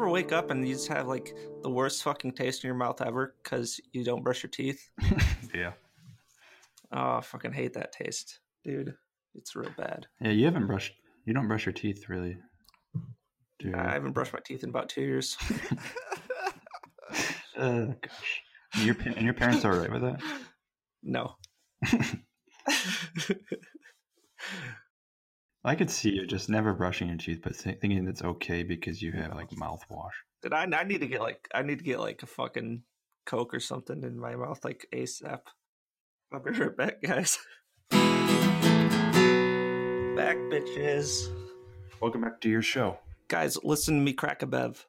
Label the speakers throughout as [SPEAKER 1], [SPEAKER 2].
[SPEAKER 1] wake up and you just have like the worst fucking taste in your mouth ever because you don't brush your teeth?
[SPEAKER 2] yeah.
[SPEAKER 1] Oh, I fucking hate that taste, dude. It's real bad.
[SPEAKER 2] Yeah, you haven't brushed. You don't brush your teeth really. Do you?
[SPEAKER 1] I haven't brushed my teeth in about two years.
[SPEAKER 2] Uh, gosh. And Your pa- and your parents are all right with that.
[SPEAKER 1] No.
[SPEAKER 2] I could see you just never brushing your teeth, but thi- thinking that's okay because you have like mouthwash.
[SPEAKER 1] Did I? I need to get like I need to get like a fucking coke or something in my mouth like ASAP. I'll be right back, guys. Back, bitches.
[SPEAKER 2] Welcome back to your show.
[SPEAKER 1] Guys, listen to me crack a bev.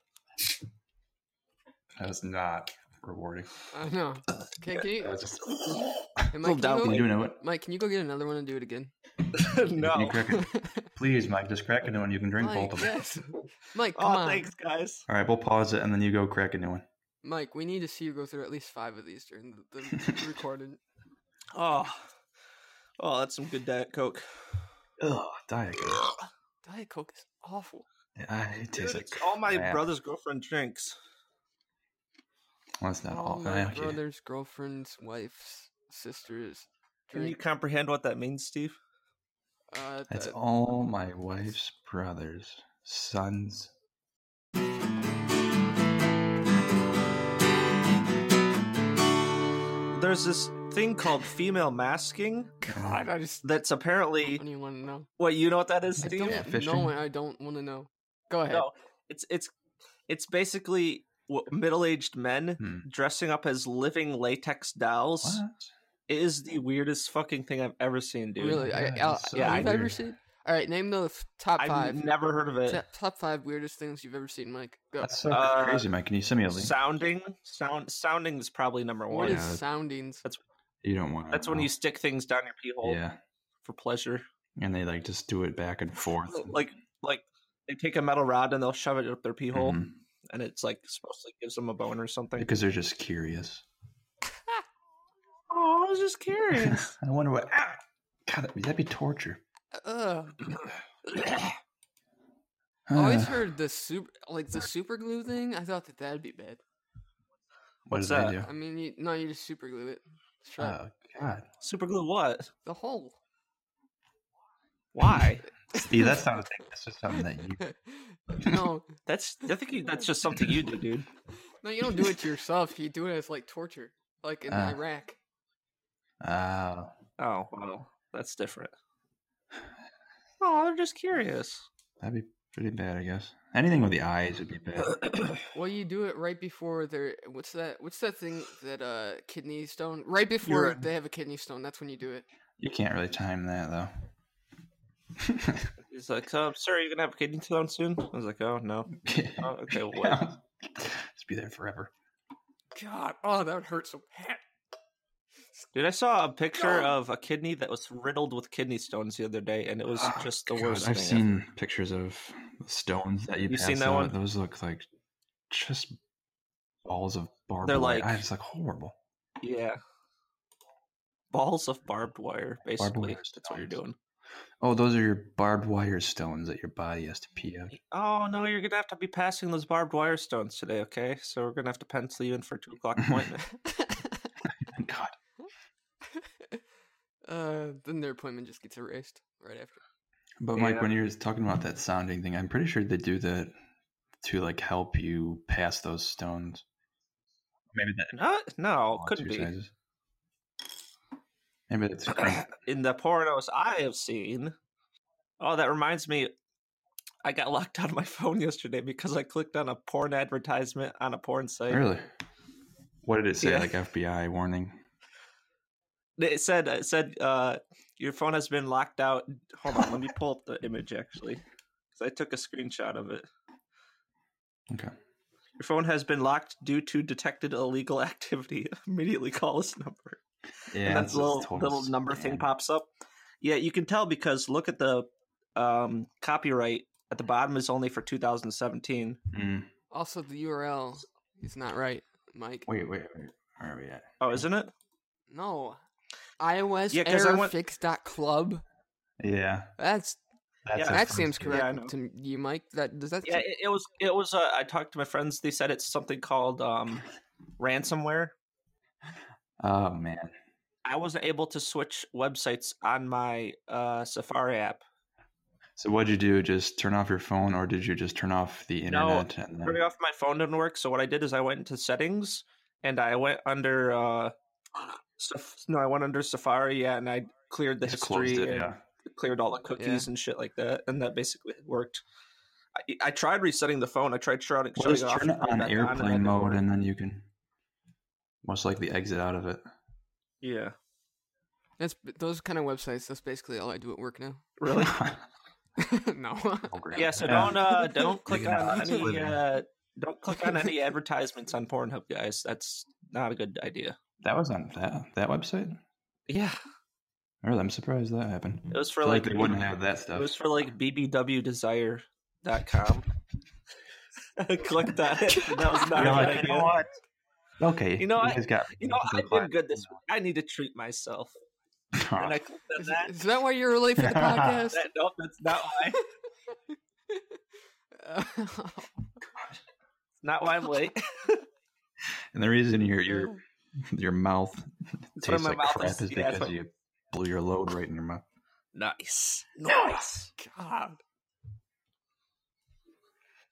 [SPEAKER 2] That was not rewarding.
[SPEAKER 3] I know. Can, can you,
[SPEAKER 2] That was just.
[SPEAKER 3] hey, Mike,
[SPEAKER 1] doubt
[SPEAKER 3] can
[SPEAKER 2] Can you
[SPEAKER 3] you go,
[SPEAKER 2] do another one?
[SPEAKER 3] Mike, can you go get another one and do it again?
[SPEAKER 2] Can you
[SPEAKER 1] no.
[SPEAKER 2] crack it? Please, Mike, just crack a new one. You can drink
[SPEAKER 3] Mike,
[SPEAKER 2] both of them.
[SPEAKER 3] yes. Mike, come
[SPEAKER 1] Oh,
[SPEAKER 3] on.
[SPEAKER 1] thanks, guys.
[SPEAKER 2] All right, we'll pause it and then you go crack a new one.
[SPEAKER 3] Mike, we need to see you go through at least five of these during the, the recording.
[SPEAKER 1] Oh, oh, that's some good diet coke.
[SPEAKER 2] Ugh, diet coke.
[SPEAKER 3] Diet Coke is awful.
[SPEAKER 2] Yeah, it
[SPEAKER 1] Dude,
[SPEAKER 2] tastes like
[SPEAKER 1] it's all my
[SPEAKER 2] crap.
[SPEAKER 1] brother's girlfriend drinks.
[SPEAKER 2] Well, it's
[SPEAKER 1] Oh
[SPEAKER 2] not
[SPEAKER 3] All
[SPEAKER 2] all.
[SPEAKER 3] my
[SPEAKER 2] okay.
[SPEAKER 3] brother's girlfriend's wife's sister's
[SPEAKER 1] Can you
[SPEAKER 3] drink.
[SPEAKER 1] comprehend what that means, Steve?
[SPEAKER 3] Uh,
[SPEAKER 2] That's
[SPEAKER 3] th-
[SPEAKER 2] all my wife's brothers, sons.
[SPEAKER 1] There's this thing called female masking
[SPEAKER 3] God, I just
[SPEAKER 1] that's apparently
[SPEAKER 3] don't even want to know.
[SPEAKER 1] what you know what that is,
[SPEAKER 3] I
[SPEAKER 1] Steve?
[SPEAKER 3] don't
[SPEAKER 2] Fishing?
[SPEAKER 3] know. and I don't want to know. Go ahead.
[SPEAKER 1] No, it's it's it's basically w- middle-aged men
[SPEAKER 2] Hmm.
[SPEAKER 1] dressing up as living latex dolls.
[SPEAKER 2] What?
[SPEAKER 1] It is the weirdest fucking thing I've ever seen, dude.
[SPEAKER 3] really? I,
[SPEAKER 2] yeah,
[SPEAKER 3] I,
[SPEAKER 2] it's so
[SPEAKER 3] yeah, I've
[SPEAKER 2] weird.
[SPEAKER 3] ever seen. All right, name the f- top
[SPEAKER 1] I've
[SPEAKER 3] five.
[SPEAKER 1] never heard of it.
[SPEAKER 3] Top- Top five weirdest things you've ever seen, Mike. Go.
[SPEAKER 2] That's so
[SPEAKER 1] Uh,
[SPEAKER 2] crazy, Mike. Can you send me a link?
[SPEAKER 1] Sounding, sound, sounding is probably number
[SPEAKER 3] What
[SPEAKER 1] one.
[SPEAKER 3] is
[SPEAKER 2] Yeah.
[SPEAKER 3] soundings?
[SPEAKER 2] You don't want.
[SPEAKER 1] That's when you stick things down your pee hole
[SPEAKER 2] Yeah,
[SPEAKER 1] for pleasure.
[SPEAKER 2] and they like just do it back and forth.
[SPEAKER 1] Like, like they take a metal rod and they'll shove it up their pee hole,
[SPEAKER 2] Mhm.
[SPEAKER 1] and it's like supposedly gives them a bone or something.
[SPEAKER 2] because they're just curious.
[SPEAKER 1] Oh, I was just curious.
[SPEAKER 2] I wonder what. Ah! God, that'd be, that'd be torture.
[SPEAKER 3] Ugh. I always
[SPEAKER 2] Ah,
[SPEAKER 3] heard the super like the super glue thing. I thought that that'd be bad.
[SPEAKER 2] what
[SPEAKER 1] What's
[SPEAKER 2] did I
[SPEAKER 1] that?
[SPEAKER 2] do?
[SPEAKER 3] I mean, you, no, you just super glue it. Shut
[SPEAKER 2] Oh God!
[SPEAKER 1] Super glue what?
[SPEAKER 3] the hole.
[SPEAKER 1] Why?
[SPEAKER 2] See, that's not a thing. That's just something that you.
[SPEAKER 3] no,
[SPEAKER 1] That's I think you, that's just something you do, dude.
[SPEAKER 3] no, you don't do it to yourself. You do it as like torture, like in
[SPEAKER 2] Ah.
[SPEAKER 3] Iraq.
[SPEAKER 2] Oh,
[SPEAKER 1] Oh, well, that's different. Oh, I'm just curious.
[SPEAKER 2] that'd be pretty bad, I guess. Anything with the eyes would be bad.
[SPEAKER 3] Well, you do it right before they're what's that? What's that thing that uh kidney stone? Right before
[SPEAKER 1] Urine.
[SPEAKER 3] they have a kidney stone. That's when you do it.
[SPEAKER 2] You can't really time that though.
[SPEAKER 1] He's like, um, sir, are you gonna have a kidney stone soon? I was like, oh no. Oh, okay, well, wait.
[SPEAKER 2] Yeah. Just be there forever.
[SPEAKER 3] God, oh, that would hurt so bad.
[SPEAKER 1] Dude, I saw a picture of a kidney that was riddled with kidney stones the other day, and it was
[SPEAKER 2] Oh,
[SPEAKER 1] just the
[SPEAKER 2] God,
[SPEAKER 1] worst.
[SPEAKER 2] I've
[SPEAKER 1] thing
[SPEAKER 2] seen pictures of stones that you
[SPEAKER 1] You
[SPEAKER 2] pass
[SPEAKER 1] seen that
[SPEAKER 2] out.
[SPEAKER 1] one?
[SPEAKER 2] Those look like just balls of barbed
[SPEAKER 1] They're
[SPEAKER 2] wire.
[SPEAKER 1] like-
[SPEAKER 2] I- it's like horrible.
[SPEAKER 1] Yeah. Balls of barbed wire, basically.
[SPEAKER 2] wire
[SPEAKER 1] That's what you're
[SPEAKER 2] stones.
[SPEAKER 1] doing.
[SPEAKER 2] Oh, those are your barbed wire stones that your body has to pee out.
[SPEAKER 1] Oh no, you're gonna have to be passing those barbed wire stones today, okay? So we're gonna have to pencil you in for a two o'clock appointment.
[SPEAKER 2] God,
[SPEAKER 3] Uh, then their appointment just gets erased right after.
[SPEAKER 2] but Mike,
[SPEAKER 1] Yeah.
[SPEAKER 2] when you're talking about that sounding thing, I'm pretty sure they do that to like help you pass those stones. Maybe that
[SPEAKER 1] no, Uh, no,
[SPEAKER 2] Oh,
[SPEAKER 1] couldn't be.
[SPEAKER 2] exercises. Maybe it's crank-
[SPEAKER 1] in the pornos I have seen. Oh, that reminds me. I got locked out of my phone yesterday because I clicked on a porn advertisement on a porn site.
[SPEAKER 2] really. What did it say?
[SPEAKER 1] Yeah.
[SPEAKER 2] Like FBI warning.
[SPEAKER 1] It said it said uh, your phone has been locked out. Hold on, let me pull up the image actually. Cuz I took a screenshot of it.
[SPEAKER 2] Okay.
[SPEAKER 1] Your phone has been locked due to detected illegal activity. Immediately call this number.
[SPEAKER 2] Yeah,
[SPEAKER 1] and that's
[SPEAKER 2] a
[SPEAKER 1] a little little number thing pops up. Yeah, you can tell because look at the um, copyright at the bottom is only for 2017.
[SPEAKER 2] Mm.
[SPEAKER 3] Also, the URL is not right, Mike.
[SPEAKER 2] Wait, wait, wait. Where are we at?
[SPEAKER 1] Oh, isn't it?
[SPEAKER 3] No, iOS
[SPEAKER 1] Yeah, 'cause I
[SPEAKER 3] error
[SPEAKER 1] went-
[SPEAKER 3] fix dot club.
[SPEAKER 2] Yeah.
[SPEAKER 3] That's
[SPEAKER 1] Yeah.
[SPEAKER 2] a
[SPEAKER 3] that
[SPEAKER 2] fun
[SPEAKER 3] seems
[SPEAKER 2] theory.
[SPEAKER 1] Yeah, I
[SPEAKER 3] correct
[SPEAKER 1] know.
[SPEAKER 3] to you, Mike. That does that?
[SPEAKER 1] Yeah, it, it was. It was. Uh, I talked to my friends. They said it's something called um, ransomware.
[SPEAKER 2] Oh man,
[SPEAKER 1] I wasn't able to switch websites on my uh, Safari app.
[SPEAKER 2] so what'd you do? Just turn off your phone, or did you just turn off the
[SPEAKER 1] No,
[SPEAKER 2] internet? and then...
[SPEAKER 1] Turning off my phone didn't work. So what I did is I went into settings and I went under. Uh, Saf- no, I went under Safari. Yeah, and I cleared the
[SPEAKER 2] just
[SPEAKER 1] history.
[SPEAKER 2] closed it.
[SPEAKER 1] and
[SPEAKER 2] Yeah.
[SPEAKER 1] cleared all the cookies and shit like that, and that basically worked. I, I tried resetting the phone. I tried shutting, shutting
[SPEAKER 2] Well, just
[SPEAKER 1] it off. and putting it back and
[SPEAKER 2] turn it on
[SPEAKER 1] that
[SPEAKER 2] airplane
[SPEAKER 1] didn't
[SPEAKER 2] mode,
[SPEAKER 1] work.
[SPEAKER 2] and then you can most likely exit out of it.
[SPEAKER 1] yeah,
[SPEAKER 3] That's those kind of websites. That's basically all I do at work now.
[SPEAKER 1] really.
[SPEAKER 3] no.
[SPEAKER 2] Oh, great.
[SPEAKER 1] Yeah, so don't uh, don't click
[SPEAKER 2] can
[SPEAKER 1] on
[SPEAKER 2] have it.
[SPEAKER 1] any uh, don't click on any advertisements on Pornhub, guys. That's not a good idea.
[SPEAKER 2] That was on that that website.
[SPEAKER 1] Yeah,
[SPEAKER 2] Really, I'm surprised that happened.
[SPEAKER 1] it was
[SPEAKER 2] I
[SPEAKER 1] for
[SPEAKER 2] feel like,
[SPEAKER 1] like,
[SPEAKER 2] they wouldn't have that
[SPEAKER 1] it
[SPEAKER 2] stuff.
[SPEAKER 1] was for like bbwdesire.com. I clicked on it. and That was not
[SPEAKER 2] You're
[SPEAKER 1] a
[SPEAKER 2] like,
[SPEAKER 1] good
[SPEAKER 2] you know
[SPEAKER 1] idea.
[SPEAKER 2] what? Okay,
[SPEAKER 1] You know what?
[SPEAKER 2] guys got-
[SPEAKER 1] You know, I
[SPEAKER 2] glad-
[SPEAKER 1] did good this week. I need to treat myself. And I clicked on
[SPEAKER 3] Is,
[SPEAKER 1] that.
[SPEAKER 3] is that why you're late for the podcast?
[SPEAKER 1] that nope, that's not why. Not why I'm late.
[SPEAKER 2] and the reason your your your mouth
[SPEAKER 1] It's when
[SPEAKER 2] tastes
[SPEAKER 1] my
[SPEAKER 2] like
[SPEAKER 1] mouth
[SPEAKER 2] crap
[SPEAKER 1] is-
[SPEAKER 2] is
[SPEAKER 1] yeah,
[SPEAKER 2] because
[SPEAKER 1] so-
[SPEAKER 2] you blew your load right in your mouth.
[SPEAKER 1] Nice, nice. God,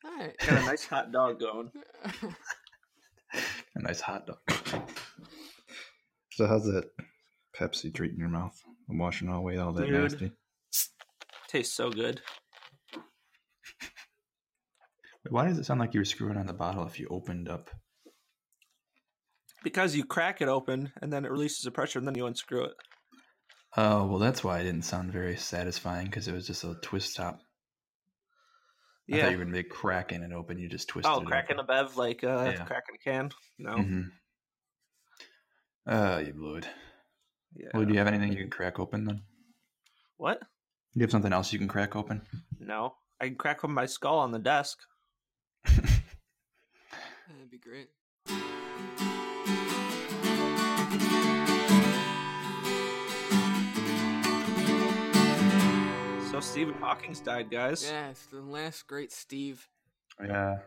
[SPEAKER 3] All right.
[SPEAKER 1] got a nice hot dog going.
[SPEAKER 2] A nice hot dog. So how's that Pepsi treating your mouth? I'm washing away all that
[SPEAKER 1] Dude.
[SPEAKER 2] nasty.
[SPEAKER 1] Tastes so good.
[SPEAKER 2] Why does it sound like you were screwing on the bottle if you opened up?
[SPEAKER 1] Because you crack it open and then it releases the pressure and then you unscrew it.
[SPEAKER 2] Oh well, that's why it didn't sound very satisfying because it was just a twist top. I
[SPEAKER 1] Yeah.
[SPEAKER 2] thought you were gonna be cracking it open. You just twisted.
[SPEAKER 1] Oh,
[SPEAKER 2] it
[SPEAKER 1] cracking a
[SPEAKER 2] open.
[SPEAKER 1] bev like uh,
[SPEAKER 2] Yeah.
[SPEAKER 1] cracking a can. No.
[SPEAKER 2] Mhm. Uh, you blew it.
[SPEAKER 1] Yeah.
[SPEAKER 2] Well, do you have anything you can crack open then?
[SPEAKER 1] What?
[SPEAKER 2] Do you have something else you can crack open?
[SPEAKER 1] No. I can crack open my skull on the desk.
[SPEAKER 3] That'd be great.
[SPEAKER 1] So Stephen Hawking's died, guys.
[SPEAKER 3] Yeah, it's the last great Steve.
[SPEAKER 2] Yeah.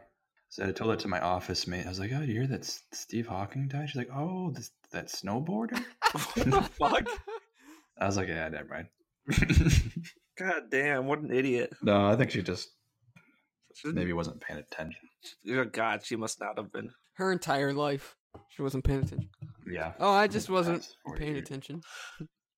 [SPEAKER 2] So I told it to my office mate. I was like, "Oh, you hear that S- Steve Hawking died?" She's like, "Oh, this, that snowboarder."
[SPEAKER 1] what the fuck?
[SPEAKER 2] I was like, "Yeah, never mind."
[SPEAKER 1] God damn, what an idiot.
[SPEAKER 2] no, I think she just
[SPEAKER 1] She-
[SPEAKER 2] maybe wasn't paying attention.
[SPEAKER 1] Oh, God, she must not have been.
[SPEAKER 3] Her entire life, she wasn't paying attention.
[SPEAKER 2] Yeah.
[SPEAKER 3] Oh, I just wasn't
[SPEAKER 2] That's 40
[SPEAKER 3] paying
[SPEAKER 2] years.
[SPEAKER 3] attention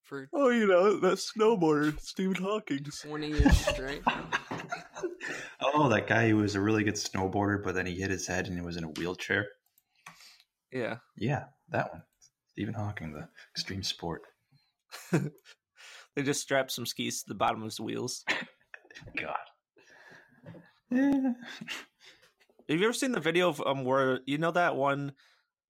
[SPEAKER 3] for
[SPEAKER 1] Oh, you know, that snowboarder, Stephen Hawking.
[SPEAKER 3] 20 years straight.
[SPEAKER 2] oh, that guy who was a really good snowboarder, but then he hit his head and he was in a wheelchair.
[SPEAKER 1] Yeah.
[SPEAKER 2] Yeah, that one. Stephen Hawking, the extreme sport.
[SPEAKER 1] They just strapped some skis to the bottom of his wheels.
[SPEAKER 2] God. Yeah.
[SPEAKER 1] Have you ever seen the video of um where you know that one?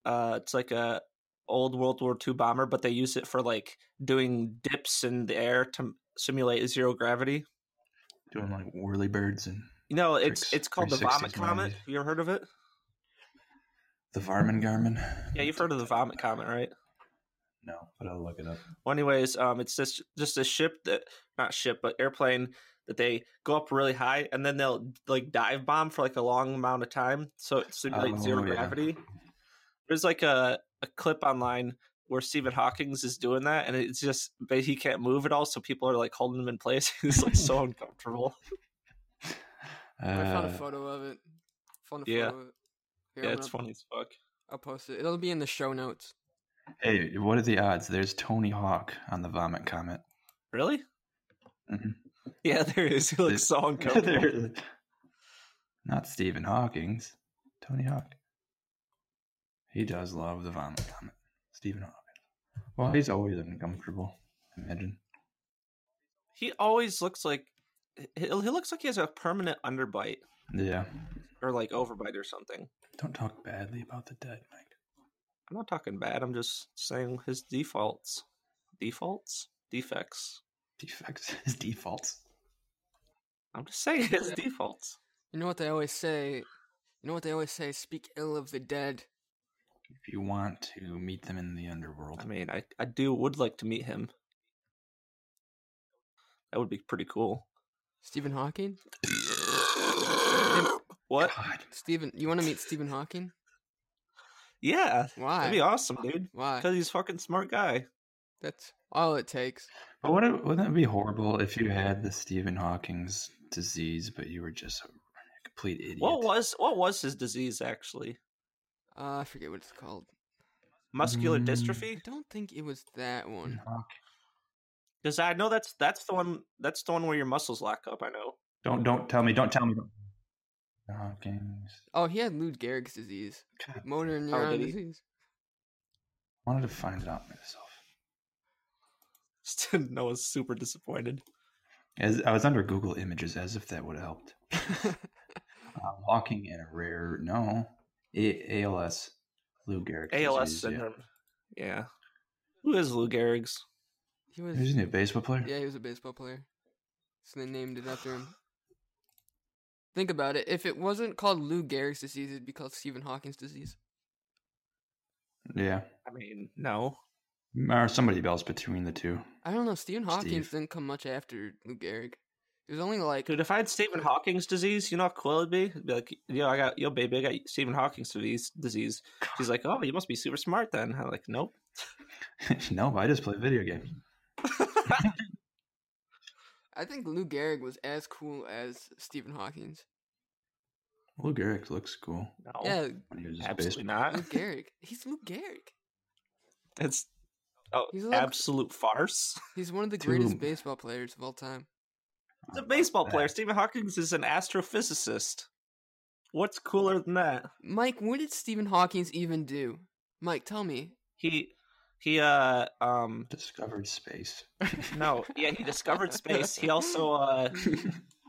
[SPEAKER 1] Uh, it's like a old World War II bomber, but they use it for like doing dips in the air to simulate zero gravity.
[SPEAKER 2] Doing like whirly birds and
[SPEAKER 1] You know, it's
[SPEAKER 2] Tricks-
[SPEAKER 1] it's called the Vomit
[SPEAKER 2] 360s
[SPEAKER 1] Comet.
[SPEAKER 2] Miami.
[SPEAKER 1] Have you ever heard of it?
[SPEAKER 2] the Varmin Garmin.
[SPEAKER 1] Yeah, you've heard of the Vomit Comet, right?
[SPEAKER 2] No, but I'll look it up.
[SPEAKER 1] Well, anyways, um, it's just just a ship that not ship, but airplane that they go up really high and then they'll like dive bomb for like a long amount of time, so it simulates zero
[SPEAKER 2] Oh, yeah.
[SPEAKER 1] gravity. There's like a a clip online where Stephen Hawking's is doing that, and it's just but he can't move at all, so people are like holding him in place. He's like so uncomfortable.
[SPEAKER 3] I found a
[SPEAKER 2] Uh,
[SPEAKER 3] photo of it. Found a
[SPEAKER 1] yeah.
[SPEAKER 3] photo of it. Here,
[SPEAKER 1] Yeah,
[SPEAKER 3] I'm
[SPEAKER 1] it's
[SPEAKER 3] gonna-
[SPEAKER 1] funny as fuck.
[SPEAKER 3] I'll post it. It'll be in the show notes.
[SPEAKER 2] Hey, what are the odds? There's Tony Hawk on the Vomit Comet.
[SPEAKER 1] Really?
[SPEAKER 2] Mhm.
[SPEAKER 1] Yeah, Mm-hmm. there he is. He looks so uncomfortable.
[SPEAKER 2] There- Not Stephen Hawking's. Tony Hawk. He does love the Vomit Comet. Stephen Hawking. Well, he's always uncomfortable. Imagine.
[SPEAKER 1] he always looks like he, he looks like he has a permanent underbite
[SPEAKER 2] Yeah.
[SPEAKER 1] or like overbite or something.
[SPEAKER 2] Don't talk badly about the dead, Mike.
[SPEAKER 1] I'm not talking bad. I'm just saying his defaults, defaults, defects.
[SPEAKER 2] Defects. His defaults.
[SPEAKER 1] I'm just saying his defaults.
[SPEAKER 3] You know what they always say? You know what they always say? Speak ill of the dead.
[SPEAKER 2] If you want to meet them in the underworld.
[SPEAKER 1] I mean, I I do would like to meet him. That would be pretty cool.
[SPEAKER 3] Stephen Hawking?
[SPEAKER 1] What?
[SPEAKER 2] God.
[SPEAKER 3] Stephen, you want to meet Stephen Hawking?
[SPEAKER 1] Yeah,
[SPEAKER 3] Why?
[SPEAKER 1] that'd be awesome, dude.
[SPEAKER 3] Why?
[SPEAKER 1] Because he's a fucking smart guy.
[SPEAKER 3] That's all it takes.
[SPEAKER 2] But would it, wouldn't it be horrible if you had the Stephen Hawking's disease, but you were just a complete idiot?
[SPEAKER 1] What was what was his disease actually?
[SPEAKER 3] Uh, I forget what it's called.
[SPEAKER 1] Muscular
[SPEAKER 2] Mm.
[SPEAKER 3] I
[SPEAKER 1] dystrophy?
[SPEAKER 3] don't think it was that one.
[SPEAKER 1] Because I know that's that's the one that's the one where your muscles lock up. I know.
[SPEAKER 2] Don't don't tell me. Don't tell me. Hawking's.
[SPEAKER 3] Oh, he had Lou Gehrig's disease,
[SPEAKER 2] God,
[SPEAKER 3] motor
[SPEAKER 1] Oh,
[SPEAKER 3] neuron
[SPEAKER 1] did he?
[SPEAKER 3] disease.
[SPEAKER 2] I wanted to find it out myself.
[SPEAKER 1] Noah's super disappointed.
[SPEAKER 2] As I was under Google Images, as if that would have helped. Uh, walking in a rare no a- ALS, Lou Gehrig's
[SPEAKER 1] ALS
[SPEAKER 2] disease,
[SPEAKER 1] syndrome. Yeah. Who is Lou Gehrig's?
[SPEAKER 3] he
[SPEAKER 2] Yeah.
[SPEAKER 3] was,
[SPEAKER 2] Who's a new baseball player?
[SPEAKER 3] yeah, he was a baseball player, so they named it after him. Think about it. If it wasn't called Lou Gehrig's disease, it'd be called Stephen Hawking's disease.
[SPEAKER 2] Yeah.
[SPEAKER 1] I mean, no.
[SPEAKER 2] Or somebody else between the two.
[SPEAKER 3] I don't know. Stephen Hawking
[SPEAKER 2] Steve.
[SPEAKER 3] didn't come much after Lou Gehrig. It was only like
[SPEAKER 1] Dude, if I had Stephen Hawking's disease, you know how cool it'd be? It'd be like, yo, I got yo, baby, I got Stephen Hawking's disease. Disease. She's like, oh, you must be super smart then. I'm like, nope.
[SPEAKER 2] no, but I just play video games.
[SPEAKER 3] I think Lou Gehrig was as cool as Stephen Hawking's.
[SPEAKER 2] Lou Gehrig looks cool.
[SPEAKER 1] No,
[SPEAKER 3] Yeah,
[SPEAKER 2] When he was just
[SPEAKER 1] absolutely
[SPEAKER 2] baseball.
[SPEAKER 1] not.
[SPEAKER 3] Lou Gehrig. He's Lou Gehrig.
[SPEAKER 1] It's oh,
[SPEAKER 3] He's a-
[SPEAKER 1] absolute farce.
[SPEAKER 3] He's one of the
[SPEAKER 2] Dude.
[SPEAKER 3] greatest baseball players of all time.
[SPEAKER 1] He's a baseball player. Stephen Hawking is an astrophysicist. What's cooler than that?
[SPEAKER 3] Mike, what did Stephen Hawking's even do? Mike, tell me.
[SPEAKER 1] He he uh um
[SPEAKER 2] Discovered space.
[SPEAKER 1] no yeah he discovered space. He also uh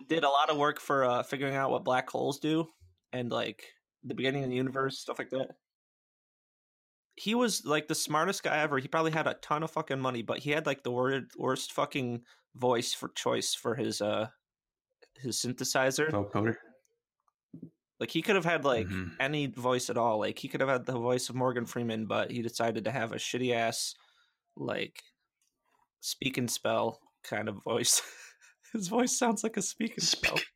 [SPEAKER 1] did a lot of work for uh figuring out what black holes do and like the beginning of the universe stuff like that. He was like the smartest guy ever. He probably had a ton of fucking money, but he had like the word, worst fucking voice for choice for his uh his synthesizer.
[SPEAKER 2] Vocoder.
[SPEAKER 1] Like he could have had like
[SPEAKER 2] Mhm.
[SPEAKER 1] any voice at all. Like he could have had the voice of Morgan Freeman, but he decided to have a shitty ass like speak and spell kind of voice. His voice sounds like a speak and spell.
[SPEAKER 2] Speak.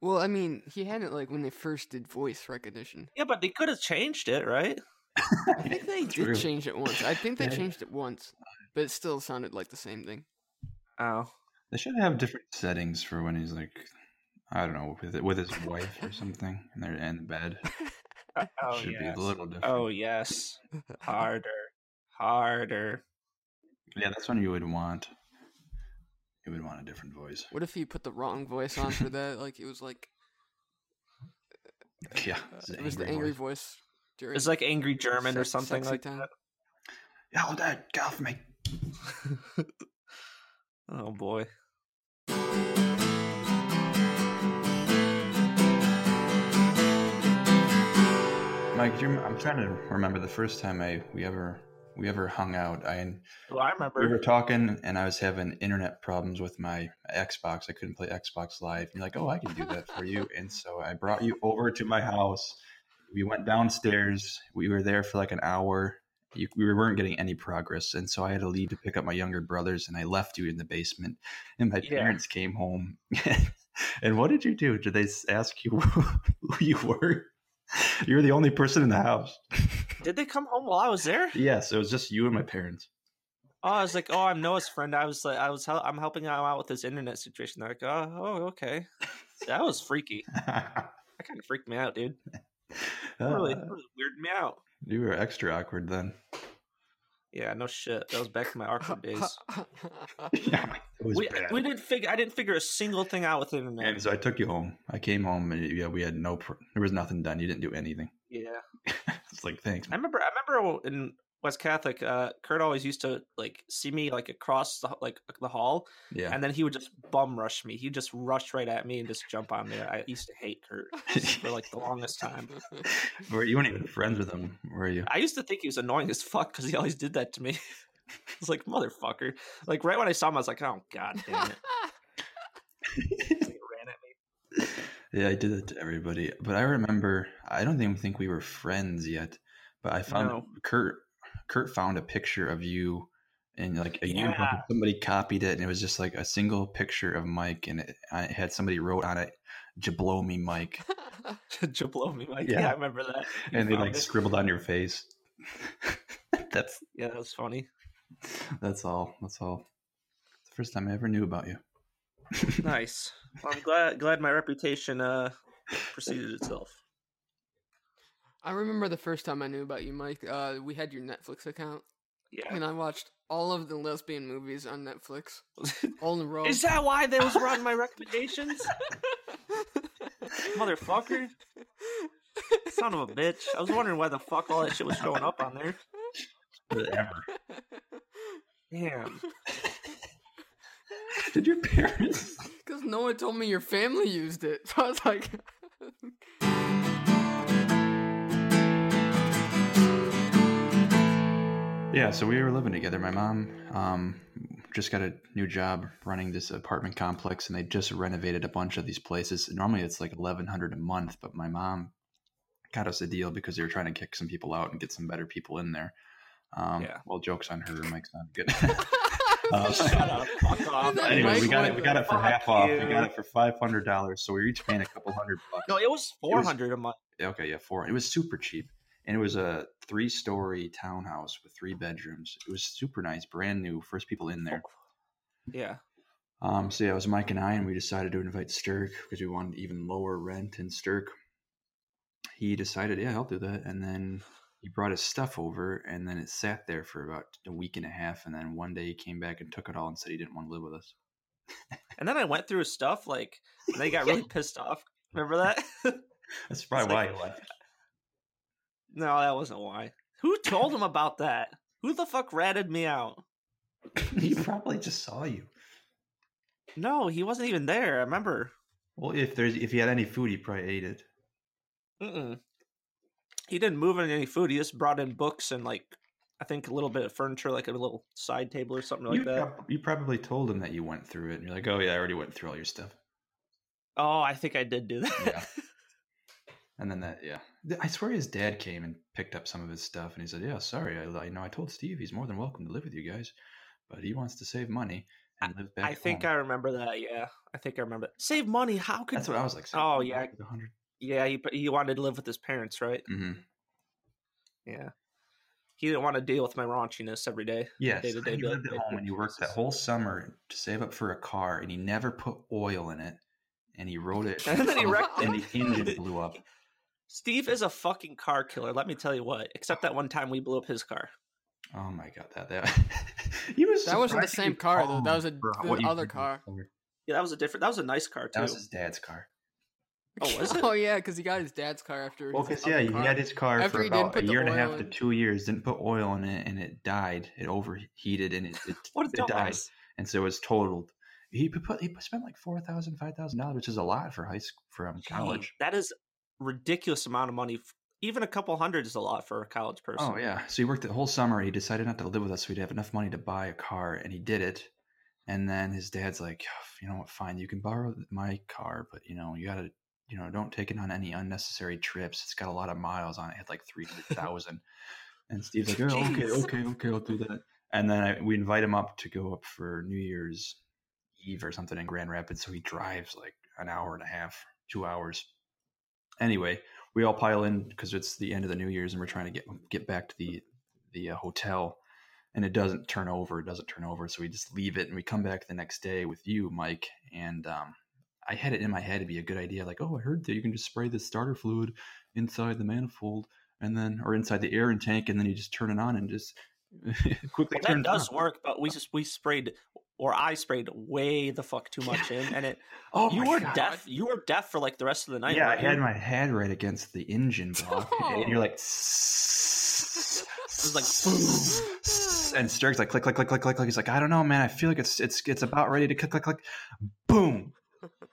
[SPEAKER 3] Well, I mean, he had it like when they first did voice recognition.
[SPEAKER 1] Yeah, but they could have changed it, right?
[SPEAKER 3] I think they
[SPEAKER 2] True.
[SPEAKER 3] did change it once. I think they
[SPEAKER 2] Yeah.
[SPEAKER 3] changed it once, but it still sounded like the same thing.
[SPEAKER 1] Oh.
[SPEAKER 2] They should have different settings for when he's like, I don't know, with with his wife or something, and they're in bed.
[SPEAKER 1] Oh
[SPEAKER 2] should
[SPEAKER 1] yes.
[SPEAKER 2] be a little different.
[SPEAKER 1] Oh yes. Harder. Harder.
[SPEAKER 2] yeah, that's when you would want. You would want a different voice.
[SPEAKER 3] What if he put the wrong voice on for that? Like it was like
[SPEAKER 2] Yeah,
[SPEAKER 3] uh,
[SPEAKER 2] it's
[SPEAKER 3] it was the angry voice. during
[SPEAKER 1] It's like angry German or
[SPEAKER 3] sex-
[SPEAKER 1] something
[SPEAKER 3] sexy
[SPEAKER 1] like
[SPEAKER 3] time.
[SPEAKER 1] that.
[SPEAKER 2] Yell that, get off me!
[SPEAKER 1] Oh boy.
[SPEAKER 2] Mike, you, rem- I'm trying to remember the first time I we ever we ever hung out. I
[SPEAKER 1] Well, I
[SPEAKER 2] we were
[SPEAKER 1] remember.
[SPEAKER 2] talking, and I was having internet problems with my Xbox. I couldn't play Xbox Live. And you're like, oh, I can do that for you. And so I brought you over to my house. We went downstairs. We were there for like an hour. You, we weren't getting any progress, and so I had to leave to pick up my younger brothers, and I left you in the basement. And my
[SPEAKER 1] Yeah.
[SPEAKER 2] parents came home. and what did you do? Did they s- ask you who you were? You were the only person in the house.
[SPEAKER 1] Did they come home while I was there?
[SPEAKER 2] yes, it was just you and my parents.
[SPEAKER 1] Oh, I was like, oh, I'm Noah's friend. I was like, I was, hel- I'm helping him out with this internet situation. They're like, oh, oh, okay. That was freaky. That kind of freaked me out, dude. That really, that
[SPEAKER 2] Uh,
[SPEAKER 1] really weirded me out.
[SPEAKER 2] You were extra awkward then.
[SPEAKER 1] Yeah, no shit. That was back in my awkward days.
[SPEAKER 2] it was
[SPEAKER 1] We,
[SPEAKER 2] bad.
[SPEAKER 1] we didn't figure. I didn't figure a single thing out with
[SPEAKER 2] and
[SPEAKER 1] internet.
[SPEAKER 2] so I took you home. I came home and yeah, we had no. Pr- there was nothing done. You didn't do anything.
[SPEAKER 1] Yeah,
[SPEAKER 2] it's like thanks.
[SPEAKER 1] I remember. I remember in West Catholic, uh, Kurt always used to like see me like across the, like the hall,
[SPEAKER 2] yeah.
[SPEAKER 1] and then he would just bum rush me. He'd just rush right at me and just jump on me. I used to hate Kurt for like the longest time.
[SPEAKER 2] Or you weren't even friends with him, were you?
[SPEAKER 1] I used to think he was annoying as fuck because he always did that to me. It's like motherfucker. Like right when I saw him, I was like, oh god damn it. He ran at me.
[SPEAKER 2] yeah, I did that to everybody. But I remember. I don't even think we were friends yet. But I found
[SPEAKER 1] No.
[SPEAKER 2] Kurt. Kurt found a picture of you and like a year
[SPEAKER 1] Yeah.
[SPEAKER 2] ago, somebody copied it and it was just like a single picture of Mike and it, I had somebody wrote on it jablow me Mike
[SPEAKER 1] Jablomi, Mike. Yeah.
[SPEAKER 2] Yeah.
[SPEAKER 1] I remember that. You
[SPEAKER 2] and they
[SPEAKER 1] found
[SPEAKER 2] like
[SPEAKER 1] it.
[SPEAKER 2] scribbled on your face. that's
[SPEAKER 1] yeah, that was funny.
[SPEAKER 2] that's all. That's all. It's the first time I ever knew about you.
[SPEAKER 1] Nice. Well, I'm glad glad my reputation uh preceded itself.
[SPEAKER 3] I remember the first time I knew about you, Mike. Uh, we had your Netflix account,
[SPEAKER 1] Yeah.
[SPEAKER 3] and I watched all of the lesbian movies on Netflix, all in a row.
[SPEAKER 1] Is that why those were on my recommendations? Motherfucker. Son of a bitch. I was wondering why the fuck all that shit was showing up on there.
[SPEAKER 2] Whatever.
[SPEAKER 1] Damn.
[SPEAKER 2] Did your parents?
[SPEAKER 3] Because no one told me your family used it. So I was like,
[SPEAKER 2] Yeah, so we were living together. My mom um, just got a new job running this apartment complex, and they just renovated a bunch of these places. Normally, it's like eleven hundred a month, but my mom got us a deal because they were trying to kick some people out and get some better people in there. Um,
[SPEAKER 1] Yeah.
[SPEAKER 2] Well, jokes on her. Mike's not good.
[SPEAKER 3] I was
[SPEAKER 2] Um,
[SPEAKER 3] like,
[SPEAKER 1] Shut up. Fuck off.
[SPEAKER 3] That
[SPEAKER 2] anyway,
[SPEAKER 3] Mike
[SPEAKER 2] we got it.
[SPEAKER 3] was
[SPEAKER 2] We got it for
[SPEAKER 1] like,
[SPEAKER 2] half
[SPEAKER 1] "Fuck
[SPEAKER 2] off.
[SPEAKER 1] you."
[SPEAKER 2] We got it for five hundred dollars. So we were each paying a couple hundred bucks.
[SPEAKER 1] No, it was four hundred a month.
[SPEAKER 2] okay, yeah, four. It was super cheap, and it was a three-story townhouse with three bedrooms. It was super nice, brand new, first people in there.
[SPEAKER 1] Yeah.
[SPEAKER 2] Um, so yeah, it was Mike and I, and we decided to invite Sturk because we wanted even lower rent. And Sturk, he decided, yeah, I'll do that, and then he brought his stuff over, and then it sat there for about a week and a half, and then one day he came back and took it all and said he didn't want to live with us.
[SPEAKER 1] And then I went through his stuff, like, and they got really pissed off. Remember that?
[SPEAKER 2] That's
[SPEAKER 1] probably why
[SPEAKER 2] he left.
[SPEAKER 1] no, that wasn't why. Who told him about that? Who the fuck ratted me out?
[SPEAKER 2] he probably just saw you.
[SPEAKER 1] No, he wasn't even there. I remember.
[SPEAKER 2] Well, if there's if he had any food, he probably ate it.
[SPEAKER 1] Mm-mm. He didn't move in any food. He just brought in books and like I think a little bit of furniture, like a little side table or something like
[SPEAKER 2] you,
[SPEAKER 1] that.
[SPEAKER 2] prob- you probably told him that you went through it, and you're like, "Oh yeah, I already went through all your stuff."
[SPEAKER 1] Oh, I think I did do that.
[SPEAKER 2] Yeah. and then that, yeah, Th- I swear his dad came and picked up some of his stuff, and he said, "Yeah, sorry, I, li- you know, I told Steve he's more than welcome to live with you guys, but he wants to save money and live back."
[SPEAKER 1] I think I remember that. Yeah, I think I remember. That. Save money? How could?
[SPEAKER 2] That's what I was like.
[SPEAKER 1] Oh, yeah.
[SPEAKER 2] hundred.
[SPEAKER 1] Yeah, he he wanted to live with his parents, right?
[SPEAKER 2] Mm-hmm.
[SPEAKER 1] Yeah, he didn't want to deal with my raunchiness every day.
[SPEAKER 2] Yes,
[SPEAKER 1] Day to
[SPEAKER 2] and
[SPEAKER 1] day,
[SPEAKER 2] he
[SPEAKER 1] but-
[SPEAKER 2] lived at home and he worked that whole summer to save up for a car, and he never put oil in it, and he rode it,
[SPEAKER 1] And then he wrecked
[SPEAKER 2] and
[SPEAKER 1] it.
[SPEAKER 2] the engine blew up.
[SPEAKER 1] Steve is a fucking car killer. Let me tell you what. Except that one time we blew up his car.
[SPEAKER 2] Oh my god, that that he was.
[SPEAKER 3] That wasn't the
[SPEAKER 2] surprised
[SPEAKER 3] same
[SPEAKER 2] you
[SPEAKER 3] car, though. That
[SPEAKER 2] called
[SPEAKER 3] was a-
[SPEAKER 2] for
[SPEAKER 3] the
[SPEAKER 2] what you
[SPEAKER 3] other
[SPEAKER 2] did.
[SPEAKER 3] car.
[SPEAKER 1] Yeah, that was a different. That was a nice car too.
[SPEAKER 2] That was his dad's car.
[SPEAKER 1] Oh, was it?
[SPEAKER 3] oh yeah, because he got his dad's car after.
[SPEAKER 2] Well,
[SPEAKER 3] his
[SPEAKER 2] because yeah,
[SPEAKER 3] other
[SPEAKER 2] he
[SPEAKER 3] car.
[SPEAKER 2] had his car
[SPEAKER 3] After
[SPEAKER 2] for
[SPEAKER 3] he didn't
[SPEAKER 2] about a
[SPEAKER 3] put the
[SPEAKER 2] year and a
[SPEAKER 3] oil
[SPEAKER 2] half to
[SPEAKER 3] in.
[SPEAKER 2] two years, didn't put oil in it, and it died. It overheated and it, it,
[SPEAKER 1] what a
[SPEAKER 2] it died,
[SPEAKER 1] dumbass.
[SPEAKER 2] and so it was totaled. He put put- he spent like four thousand, five thousand dollars, which is a lot for high school from
[SPEAKER 1] Gee,
[SPEAKER 2] college.
[SPEAKER 1] That is ridiculous amount of money. f- Even a couple hundred is a lot for a college person.
[SPEAKER 2] Oh yeah, so he worked the whole summer. He decided not to live with us, so he'd have enough money to buy a car, and he did it. And then his dad's like, you know what? Fine, you can borrow my car, but you know you gotta, you know, don't take it on any unnecessary trips. It's got a lot of miles on it. It had like three hundred thousand. and Steve's like, oh, okay,
[SPEAKER 1] Jeez.
[SPEAKER 2] okay, okay, I'll do that. And then I, we invite him up to go up for New Year's Eve or something in Grand Rapids. So he drives like an hour and a half, two hours. Anyway, we all pile in because it's the end of the New Year's and we're trying to get get back to the the uh, hotel. And it doesn't turn over. It doesn't turn over. So we just leave it, and we come back the next day with you, Mike. And um, I had it in my head it'd be a good idea. Like, oh, I heard that you can just spray the starter fluid inside the manifold, and then or inside the air tank, and then you just turn it on and just quickly
[SPEAKER 1] Well,
[SPEAKER 2] turn
[SPEAKER 1] that
[SPEAKER 2] it
[SPEAKER 1] does
[SPEAKER 2] on.
[SPEAKER 1] work, but we just we sprayed or I sprayed way the fuck too much in, and it
[SPEAKER 2] Oh,
[SPEAKER 1] you
[SPEAKER 2] my
[SPEAKER 1] were
[SPEAKER 2] God.
[SPEAKER 1] deaf. You were deaf for like the rest of the night.
[SPEAKER 2] Yeah, I
[SPEAKER 1] weren't you?
[SPEAKER 2] had my head right against the engine block, and you're like, it
[SPEAKER 1] was
[SPEAKER 2] was
[SPEAKER 1] like,
[SPEAKER 2] boom, and Sturg's like, click, click, click, click, click, click. He's like, I don't know, man. I feel like it's it's it's about ready to click, click, click, boom.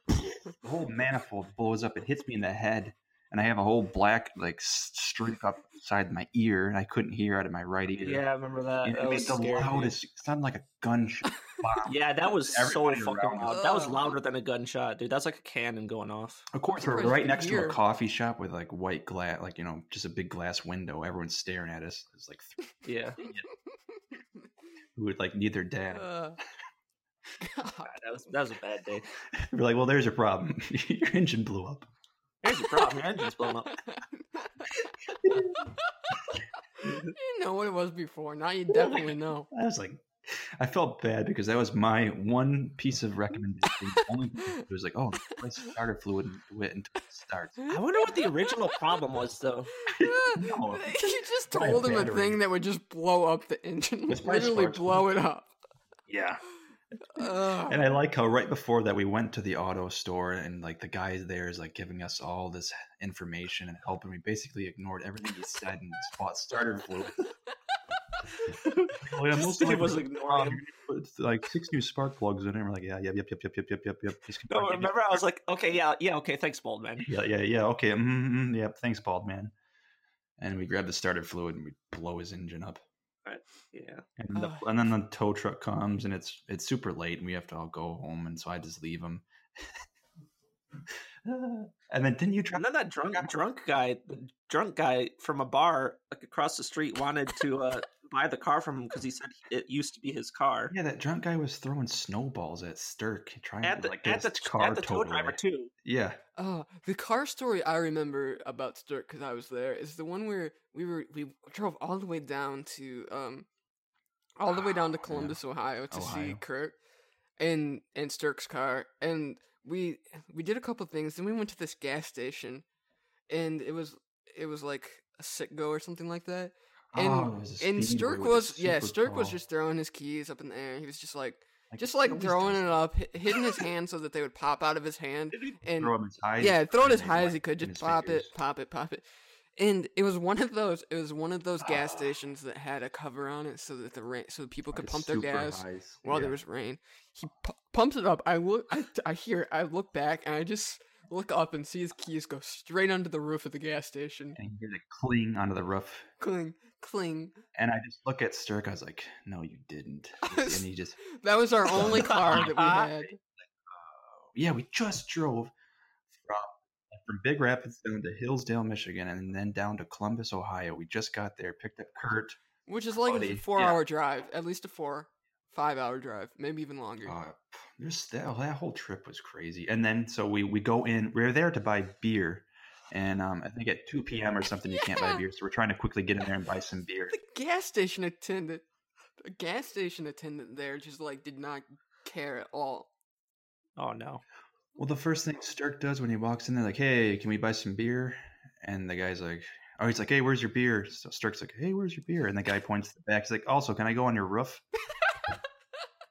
[SPEAKER 2] The whole manifold blows up. It hits me in the head, and I have a whole black like s- streak up inside my ear, and I couldn't hear out of my right ear.
[SPEAKER 1] yeah, I remember that.
[SPEAKER 2] and
[SPEAKER 1] that
[SPEAKER 2] it
[SPEAKER 1] was
[SPEAKER 2] was the
[SPEAKER 1] scary.
[SPEAKER 2] loudest. It sounded like a gunshot. Bomb.
[SPEAKER 1] Yeah, that was so
[SPEAKER 2] Everybody
[SPEAKER 1] fucking
[SPEAKER 2] around
[SPEAKER 1] loud.
[SPEAKER 3] us.
[SPEAKER 1] That was louder than a gunshot, dude. That's like a cannon going off.
[SPEAKER 2] Of course, we're
[SPEAKER 3] surprised you
[SPEAKER 2] right
[SPEAKER 3] could
[SPEAKER 2] next to
[SPEAKER 3] hear.
[SPEAKER 2] a coffee shop with like white glass, like you know, just a big glass window. Everyone's staring at us. It's like, th-
[SPEAKER 1] Yeah,
[SPEAKER 2] who would like need their dad.
[SPEAKER 3] Uh, God.
[SPEAKER 1] That was, that was a bad day.
[SPEAKER 2] We're like, well, there's your problem. your engine blew up.
[SPEAKER 1] Here's your problem. Your engine's blown up.
[SPEAKER 3] you know what it was before. Now you definitely know.
[SPEAKER 2] I was like, I felt bad because that was my one piece of recommendation. The only thing it was like, oh, replace starter fluid and do it until it starts.
[SPEAKER 1] I wonder what the original problem was, though.
[SPEAKER 2] No.
[SPEAKER 3] you just
[SPEAKER 2] Buy a
[SPEAKER 3] told him a
[SPEAKER 2] battery.
[SPEAKER 3] thing that would just blow up the engine.
[SPEAKER 2] Let's buy a
[SPEAKER 3] Literally
[SPEAKER 2] spark plug.
[SPEAKER 3] blow it up.
[SPEAKER 2] Yeah.
[SPEAKER 3] Ugh.
[SPEAKER 2] And I like how right before that we went to the auto store and like the guy there is like giving us all this information and help and we basically ignored everything he said and just bought starter fluid. Well, yeah, most
[SPEAKER 1] It
[SPEAKER 2] likely-
[SPEAKER 1] was ignoring him.
[SPEAKER 2] But um, it's like six new spark plugs in it. and We're like, yeah, yep, yep, yep, yep, yep, yep, yep, yep. Just
[SPEAKER 1] No,
[SPEAKER 2] keep-
[SPEAKER 1] remember I was like, okay, yeah, yeah, okay, thanks, bald man.
[SPEAKER 2] Yeah, yeah, yeah. Okay. Mm-hmm, yep. Thanks, bald man. And we grab the starter fluid and we blow his engine up.
[SPEAKER 1] Yeah,
[SPEAKER 2] And, the,
[SPEAKER 3] Ugh.
[SPEAKER 2] and then the tow truck comes and it's it's super late and we have to all go home and so I just leave him. and then didn't you try?
[SPEAKER 1] and then that drunk drunk guy, the drunk guy from a bar like across the street, wanted to uh, buy the car from him because he said it used to be his car.
[SPEAKER 2] Yeah, that drunk guy was throwing snowballs at Stirk trying
[SPEAKER 1] At
[SPEAKER 2] to
[SPEAKER 1] the,
[SPEAKER 2] like
[SPEAKER 1] at
[SPEAKER 2] get
[SPEAKER 1] the
[SPEAKER 2] his car
[SPEAKER 1] at the tow
[SPEAKER 2] towed
[SPEAKER 1] driver
[SPEAKER 2] away.
[SPEAKER 1] too.
[SPEAKER 2] Yeah,
[SPEAKER 3] Uh, the car story I remember about Stirk because I was there is the one where we were we drove all the way down to um all the way down to
[SPEAKER 2] Oh, yeah.
[SPEAKER 3] Columbus, Ohio, to see
[SPEAKER 2] Ohio.
[SPEAKER 3] Kurt and and Stirk's car, and we we did a couple things. Then we went to this gas station, and it was it was like a sit go or something like that. And-
[SPEAKER 2] Oh, it was a Speedway
[SPEAKER 3] And Stirk
[SPEAKER 2] with a
[SPEAKER 3] was yeah,
[SPEAKER 2] super
[SPEAKER 3] Stirk was
[SPEAKER 2] tall-
[SPEAKER 3] just throwing his keys up in the air. He was just like
[SPEAKER 2] like,
[SPEAKER 3] just like
[SPEAKER 2] nobody's
[SPEAKER 3] throwing
[SPEAKER 2] done
[SPEAKER 3] it up, hi- hitting his hand so that they would pop out of his hand, and
[SPEAKER 2] throw him as high as
[SPEAKER 3] yeah,
[SPEAKER 2] he
[SPEAKER 3] throw it
[SPEAKER 2] could
[SPEAKER 3] as
[SPEAKER 2] and
[SPEAKER 3] high
[SPEAKER 2] whack
[SPEAKER 3] as he could.
[SPEAKER 2] in
[SPEAKER 3] Just
[SPEAKER 2] his
[SPEAKER 3] pop
[SPEAKER 2] fingers.
[SPEAKER 3] it, pop it, pop it. And it was one of those. It was one of those gas
[SPEAKER 2] Ah.
[SPEAKER 3] stations that had a cover on it, so that the rain, so people could
[SPEAKER 2] Like
[SPEAKER 3] pump their
[SPEAKER 2] super
[SPEAKER 3] gas
[SPEAKER 2] highs.
[SPEAKER 3] while
[SPEAKER 2] Yeah.
[SPEAKER 3] there was rain. He pu- pumps it up. I look. I, I hear. it, I look back, and I just look up and see his keys go straight under the roof of the gas station.
[SPEAKER 2] and he did a cling onto the roof.
[SPEAKER 3] Cling, cling.
[SPEAKER 2] And I just look at Stirk. I was like, "No, you didn't." And he just,
[SPEAKER 3] That was our only car that we had.
[SPEAKER 2] yeah, we just drove from from Big Rapids down to Hillsdale, Michigan, and then down to Columbus, Ohio. We just got there, picked up Kurt.
[SPEAKER 3] Which is like a
[SPEAKER 2] Quality,
[SPEAKER 3] four
[SPEAKER 2] yeah.
[SPEAKER 3] hour drive, at least a four, five hour drive, maybe even longer.
[SPEAKER 2] Uh, there's that, oh, that whole trip was crazy. And then so we we go in. We're there to buy beer. And um, I think at 2 p.m. or something, you can't buy
[SPEAKER 3] Yeah.
[SPEAKER 2] beer. So we're trying to quickly get in there and buy some beer.
[SPEAKER 3] the gas station attendant, the gas station attendant there just like did not care at all.
[SPEAKER 1] Oh no,
[SPEAKER 2] Well, the first thing Stark does when he walks in there, like, "Hey, can we buy some beer?" And the guy's like, "Oh, he's like, hey, where's your beer?" So Stark's like, "Hey, where's your beer?" And the guy points to the back. He's like, "Also, can I go on your roof?"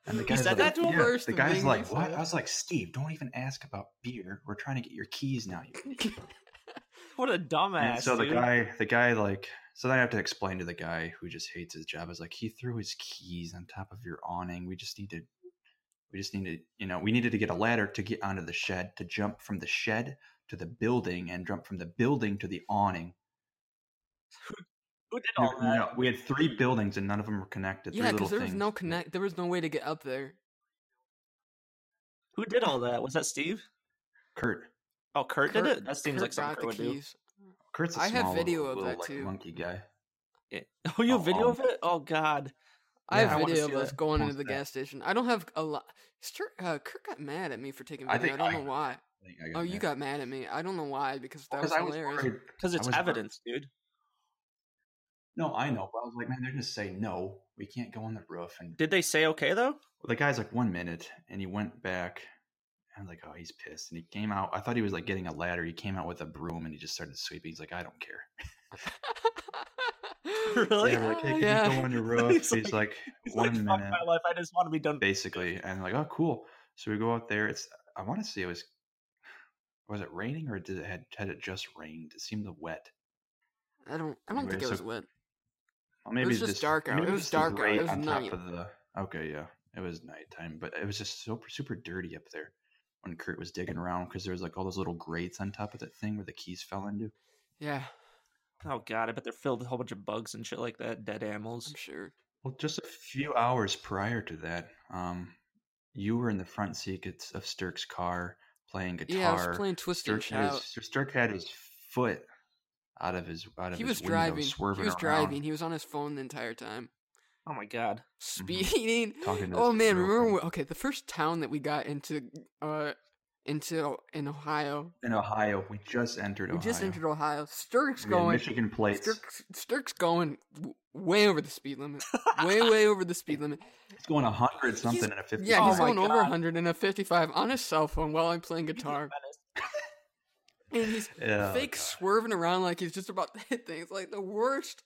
[SPEAKER 2] And the
[SPEAKER 3] He
[SPEAKER 2] guy's like,
[SPEAKER 3] said that to him
[SPEAKER 2] "Yeah."
[SPEAKER 3] first,
[SPEAKER 2] The
[SPEAKER 3] the
[SPEAKER 2] guy's
[SPEAKER 3] thing
[SPEAKER 2] like,
[SPEAKER 3] he
[SPEAKER 2] "What?"
[SPEAKER 3] said.
[SPEAKER 2] I was like, "Steve, don't even ask about beer. We're trying to get your keys now." You
[SPEAKER 1] what a dumbass!
[SPEAKER 2] and so the
[SPEAKER 1] dude.
[SPEAKER 2] guy, the guy, like, so then I have to explain to the guy who just hates his job. Is like, he threw his keys on top of your awning. We just need to, we just need to, you know, we needed to get a ladder to get onto the shed to jump from the shed to the building and jump from the building to the awning.
[SPEAKER 1] who did
[SPEAKER 2] No,
[SPEAKER 1] all that?
[SPEAKER 2] no, we had three buildings and none of them were connected.
[SPEAKER 3] Oh, yeah,
[SPEAKER 2] three
[SPEAKER 3] because
[SPEAKER 2] little
[SPEAKER 3] there was
[SPEAKER 2] things.
[SPEAKER 3] no connect. There was no way to get up there.
[SPEAKER 1] Who did all that? Was that Steve?
[SPEAKER 2] Kurt.
[SPEAKER 1] Oh, Kurt, did
[SPEAKER 3] Kurt-
[SPEAKER 1] it. That seems
[SPEAKER 3] Kurt
[SPEAKER 1] like something
[SPEAKER 3] got
[SPEAKER 1] Kurt would
[SPEAKER 3] the
[SPEAKER 1] do.
[SPEAKER 3] keys.
[SPEAKER 2] Kurt's a
[SPEAKER 3] I have
[SPEAKER 2] small
[SPEAKER 3] video
[SPEAKER 2] little,
[SPEAKER 3] of
[SPEAKER 2] little,
[SPEAKER 3] that,
[SPEAKER 2] like,
[SPEAKER 3] too.
[SPEAKER 2] Monkey guy.
[SPEAKER 1] Oh, you have
[SPEAKER 2] Oh,
[SPEAKER 1] video
[SPEAKER 2] um,
[SPEAKER 1] of it? Oh God.
[SPEAKER 3] I
[SPEAKER 2] Yeah, I
[SPEAKER 3] have
[SPEAKER 2] wanna
[SPEAKER 3] video
[SPEAKER 2] see
[SPEAKER 3] of us
[SPEAKER 2] that.
[SPEAKER 3] going
[SPEAKER 2] Post
[SPEAKER 3] into the
[SPEAKER 2] that.
[SPEAKER 3] gas station. I don't have a lot. Stur- uh, Kirk got mad at me for taking
[SPEAKER 2] I
[SPEAKER 3] video.
[SPEAKER 2] think
[SPEAKER 3] I, don't
[SPEAKER 2] I
[SPEAKER 3] know
[SPEAKER 2] got
[SPEAKER 3] why.
[SPEAKER 2] I think I
[SPEAKER 3] Oh, you
[SPEAKER 2] that.
[SPEAKER 3] got mad at me. I don't know why because that was
[SPEAKER 2] because I was
[SPEAKER 3] hilarious.
[SPEAKER 2] worried.
[SPEAKER 1] Because it's
[SPEAKER 2] was worried.
[SPEAKER 1] evidence, dude.
[SPEAKER 2] No, I know, but I was like, man, they're gonna say no. We can't go on the roof and
[SPEAKER 1] Did they say okay though?
[SPEAKER 2] Well, the guy's like one minute, and he went back. I was like, oh, he's pissed, and he came out. I thought he was like getting a ladder. He came out with a broom, and he just started sweeping. He's like, I don't care.
[SPEAKER 1] Really?
[SPEAKER 2] Yeah, we're like, hey, can
[SPEAKER 3] Yeah.
[SPEAKER 2] you go on your roof?
[SPEAKER 1] "Oh, He's
[SPEAKER 2] he's,
[SPEAKER 1] like-
[SPEAKER 2] like,
[SPEAKER 1] He's like,
[SPEAKER 2] one
[SPEAKER 1] "Fuck
[SPEAKER 2] minute,
[SPEAKER 1] my life. I just want to be done.
[SPEAKER 2] basically. And I'm like, oh, cool. So we go out there. It's I want to see it was was it raining or did it had had it just rained? It seemed wet.
[SPEAKER 3] I don't. I don't
[SPEAKER 2] Anyway,
[SPEAKER 3] think it
[SPEAKER 2] so-
[SPEAKER 3] was wet.
[SPEAKER 2] Well, maybe
[SPEAKER 3] was
[SPEAKER 2] it's
[SPEAKER 3] just dark out.
[SPEAKER 2] maybe
[SPEAKER 3] It was
[SPEAKER 2] it's the
[SPEAKER 3] dark out.
[SPEAKER 2] gray
[SPEAKER 3] It was
[SPEAKER 2] on top
[SPEAKER 3] night.
[SPEAKER 2] of the. Okay, yeah, it was nighttime, but it was just super super dirty up there when Kurt was digging around because there was like all those little grates on top of that thing where the keys fell into.
[SPEAKER 3] Yeah,
[SPEAKER 1] Oh God, I bet they're filled with a whole bunch of bugs and shit like that, dead animals.
[SPEAKER 3] I'm sure.
[SPEAKER 2] Well, just a few hours prior to that, um, you were in the front seat of- of Stirk's car playing guitar.
[SPEAKER 3] Yeah, I was playing Twist and
[SPEAKER 2] Stirk had
[SPEAKER 3] Shout.
[SPEAKER 2] his, Stirk had his foot out of his out of
[SPEAKER 3] he
[SPEAKER 2] his
[SPEAKER 3] was
[SPEAKER 2] window,
[SPEAKER 3] driving.
[SPEAKER 2] swerving
[SPEAKER 3] he
[SPEAKER 2] around.
[SPEAKER 3] was
[SPEAKER 2] Mm-hmm.
[SPEAKER 3] driving. He was on his phone the entire time.
[SPEAKER 1] Oh my god.
[SPEAKER 3] speeding.
[SPEAKER 2] Talking to
[SPEAKER 3] Oh
[SPEAKER 2] his
[SPEAKER 3] man, remember?
[SPEAKER 2] girlfriend.
[SPEAKER 3] When, okay, the first town that we got into, uh, into in Ohio.
[SPEAKER 2] in Ohio. We just entered
[SPEAKER 3] We
[SPEAKER 2] Ohio.
[SPEAKER 3] just entered Ohio. Sturk's
[SPEAKER 2] We had
[SPEAKER 3] going.
[SPEAKER 2] Michigan plates.
[SPEAKER 3] Sturk's, Sturk's going w- way over the speed limit. way, way over the speed limit.
[SPEAKER 2] He's going hundred something in a fifty.
[SPEAKER 3] Yeah, he's
[SPEAKER 1] Oh my
[SPEAKER 3] going over
[SPEAKER 1] God.
[SPEAKER 3] 100 and a 55 on his cell phone while I'm playing guitar. And he's
[SPEAKER 1] Oh,
[SPEAKER 2] Yeah,
[SPEAKER 3] fake
[SPEAKER 2] Oh, God.
[SPEAKER 3] swerving around like he's just about to hit things. Like the worst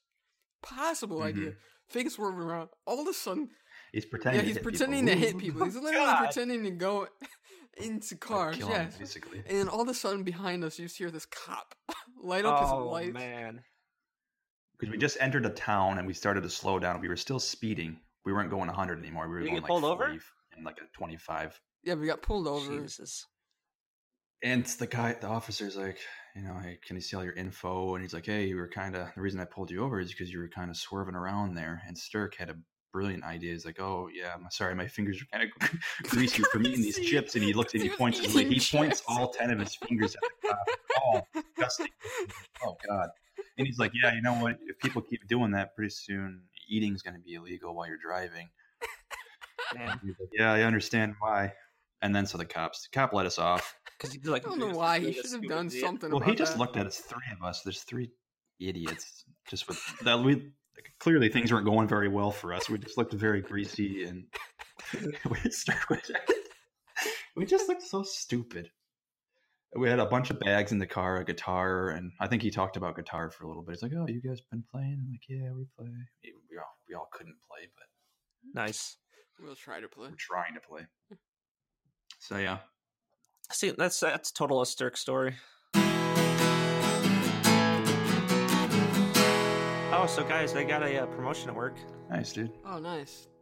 [SPEAKER 3] possible idea.
[SPEAKER 2] Mm-hmm.
[SPEAKER 3] Fake swerving around. All of a sudden,
[SPEAKER 2] He's pretending.
[SPEAKER 3] yeah, he's
[SPEAKER 2] to hit
[SPEAKER 3] pretending
[SPEAKER 2] people.
[SPEAKER 3] to hit people. He's literally
[SPEAKER 1] God.
[SPEAKER 3] pretending to go into
[SPEAKER 2] Like,
[SPEAKER 3] cars.
[SPEAKER 2] kill him,
[SPEAKER 3] yes.
[SPEAKER 2] basically.
[SPEAKER 3] And then all of a sudden, behind us, you just hear this cop light up his
[SPEAKER 1] Oh
[SPEAKER 3] lights.
[SPEAKER 1] man.
[SPEAKER 2] Because we just entered a town and we started to slow down. We were still speeding. We weren't going 100 anymore. We were
[SPEAKER 1] Did you get
[SPEAKER 2] going like
[SPEAKER 1] pulled over?
[SPEAKER 2] 40 and like a 25.
[SPEAKER 3] Yeah, we got pulled over.
[SPEAKER 1] Jesus.
[SPEAKER 2] And it's the guy, the officer's like, you know, hey, can you see all your info? And he's like, hey, you were kind of, the reason I pulled you over is because you were kind of swerving around there. And Sturk had a brilliant idea. He's like, oh, yeah, I'm sorry, my fingers are kind of greasy from eating these
[SPEAKER 3] See?
[SPEAKER 2] chips. And he looks and he
[SPEAKER 3] He was
[SPEAKER 2] points his way. He
[SPEAKER 3] eating
[SPEAKER 2] points
[SPEAKER 3] chips.
[SPEAKER 2] all 10 of his fingers at the cop. Oh, disgusting. oh god and he's like yeah you know what if people keep doing that pretty soon eating's going to be illegal while you're driving
[SPEAKER 1] Man.
[SPEAKER 2] He's like, yeah i understand why and then so the cops the cop let us off
[SPEAKER 1] Because he's like,
[SPEAKER 3] I don't know
[SPEAKER 1] "This
[SPEAKER 3] why
[SPEAKER 1] is
[SPEAKER 3] he
[SPEAKER 1] a
[SPEAKER 3] should have
[SPEAKER 1] stupid
[SPEAKER 3] done
[SPEAKER 1] idiot."
[SPEAKER 3] something.
[SPEAKER 2] well
[SPEAKER 3] about
[SPEAKER 2] he just
[SPEAKER 3] that.
[SPEAKER 2] looked at us three of us there's three idiots just with that we clearly things weren't going very well for us we just looked very greasy and we started with we just looked so stupid we had a bunch of bags in the car, a guitar, and I think he talked about guitar for a little bit. He's like, "Oh, you guys been playing?" I'm like, "Yeah, we play." We we all we all couldn't play, but
[SPEAKER 1] Nice.
[SPEAKER 3] We'll try to play.
[SPEAKER 2] we're trying to play.
[SPEAKER 3] Hmm.
[SPEAKER 2] So yeah,
[SPEAKER 1] See, that's that's total a Sturk story. Oh, so guys, I got a uh, promotion at work.
[SPEAKER 2] nice dude.
[SPEAKER 3] Oh, nice.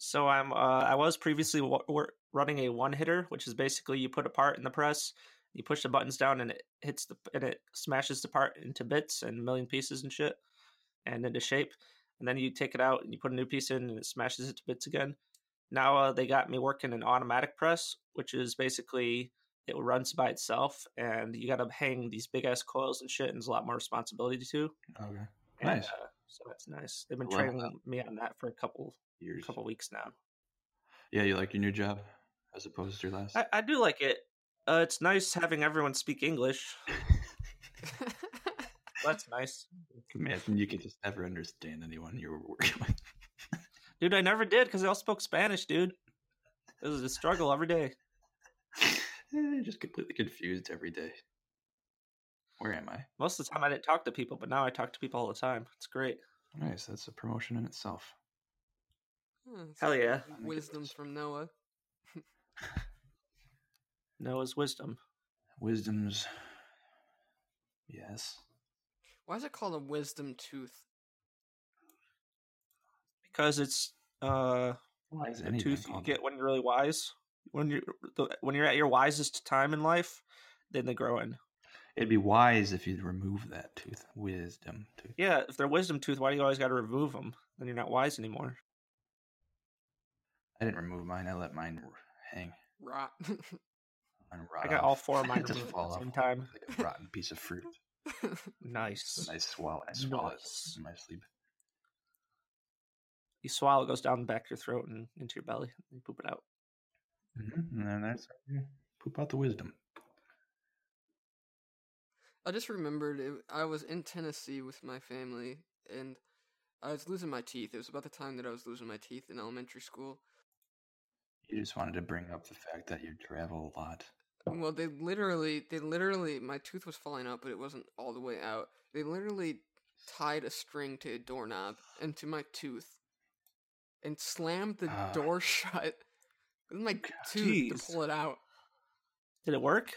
[SPEAKER 1] So I'm uh, I was previously w- wor- running a one hitter, which is basically you put a part in the press, you push the buttons down, and it hits the and it smashes the part into bits and a million pieces and shit, and into shape. And then you take it out and you put a new piece in, and it smashes it to bits again. Now uh, they got me working an automatic press, which is basically it runs by itself, and you got to hang these big ass coils and shit, and there's a lot more responsibility to.
[SPEAKER 2] Okay,
[SPEAKER 1] And,
[SPEAKER 2] Nice.
[SPEAKER 1] Uh, so that's nice. They've been
[SPEAKER 2] I love
[SPEAKER 1] training me on that for a couple
[SPEAKER 2] years.
[SPEAKER 1] couple weeks now.
[SPEAKER 2] Yeah, you like your new job as opposed to your last.
[SPEAKER 1] I, I do like it. Uh, it's nice having everyone speak English. That's nice,
[SPEAKER 2] Imagine you could just never understand anyone you were working with.
[SPEAKER 1] dude. I never did because I all spoke Spanish, dude. It was a struggle every day.
[SPEAKER 2] Eh, just completely confused every day. Where am I?
[SPEAKER 1] Most of the time, I didn't talk to people, but now I talk to people all the time. It's great.
[SPEAKER 2] Nice. That's a promotion in itself.
[SPEAKER 3] Hmm, it's
[SPEAKER 1] Hell yeah,
[SPEAKER 3] Wisdom from Noah.
[SPEAKER 1] Noah's wisdom.
[SPEAKER 2] Wisdoms. Yes.
[SPEAKER 3] Why is it called a wisdom tooth?
[SPEAKER 1] Because it's uh,
[SPEAKER 2] Why is
[SPEAKER 1] the
[SPEAKER 2] anything
[SPEAKER 1] tooth you
[SPEAKER 2] called
[SPEAKER 1] get when you're really wise. When you're the, when you're at your wisest time in life, then they grow in.
[SPEAKER 2] It'd be wise if you'd remove that tooth. Wisdom tooth.
[SPEAKER 1] Yeah, if they're wisdom tooth, why do you always got to remove them? Then you're not wise anymore.
[SPEAKER 2] I didn't remove mine. I let mine r- hang.
[SPEAKER 3] Rot.
[SPEAKER 2] Mine rot
[SPEAKER 1] I got
[SPEAKER 2] off.
[SPEAKER 1] all four of mine
[SPEAKER 2] Just
[SPEAKER 1] removed at
[SPEAKER 2] fall
[SPEAKER 1] the
[SPEAKER 2] off
[SPEAKER 1] same time.
[SPEAKER 2] Like a rotten piece of fruit.
[SPEAKER 1] Nice.
[SPEAKER 2] And I swallow. I swallow
[SPEAKER 1] Nice.
[SPEAKER 2] it in my sleep.
[SPEAKER 1] you swallow, it goes down the back of your throat and into your belly, and you poop it out.
[SPEAKER 2] hmm And then that's poop out the wisdom.
[SPEAKER 3] I just remembered it, I was in Tennessee with my family and I was losing my teeth. It was about the time that I was losing my teeth in elementary school.
[SPEAKER 2] You just wanted to bring up the fact that you travel a lot.
[SPEAKER 3] Well, they literally, they literally, my tooth was falling out, but it wasn't all the way out. They literally tied a string to a doorknob and to my tooth and slammed the
[SPEAKER 2] Ah.
[SPEAKER 3] door shut with my tooth
[SPEAKER 1] Jeez.
[SPEAKER 3] to pull it out.
[SPEAKER 1] Did it work?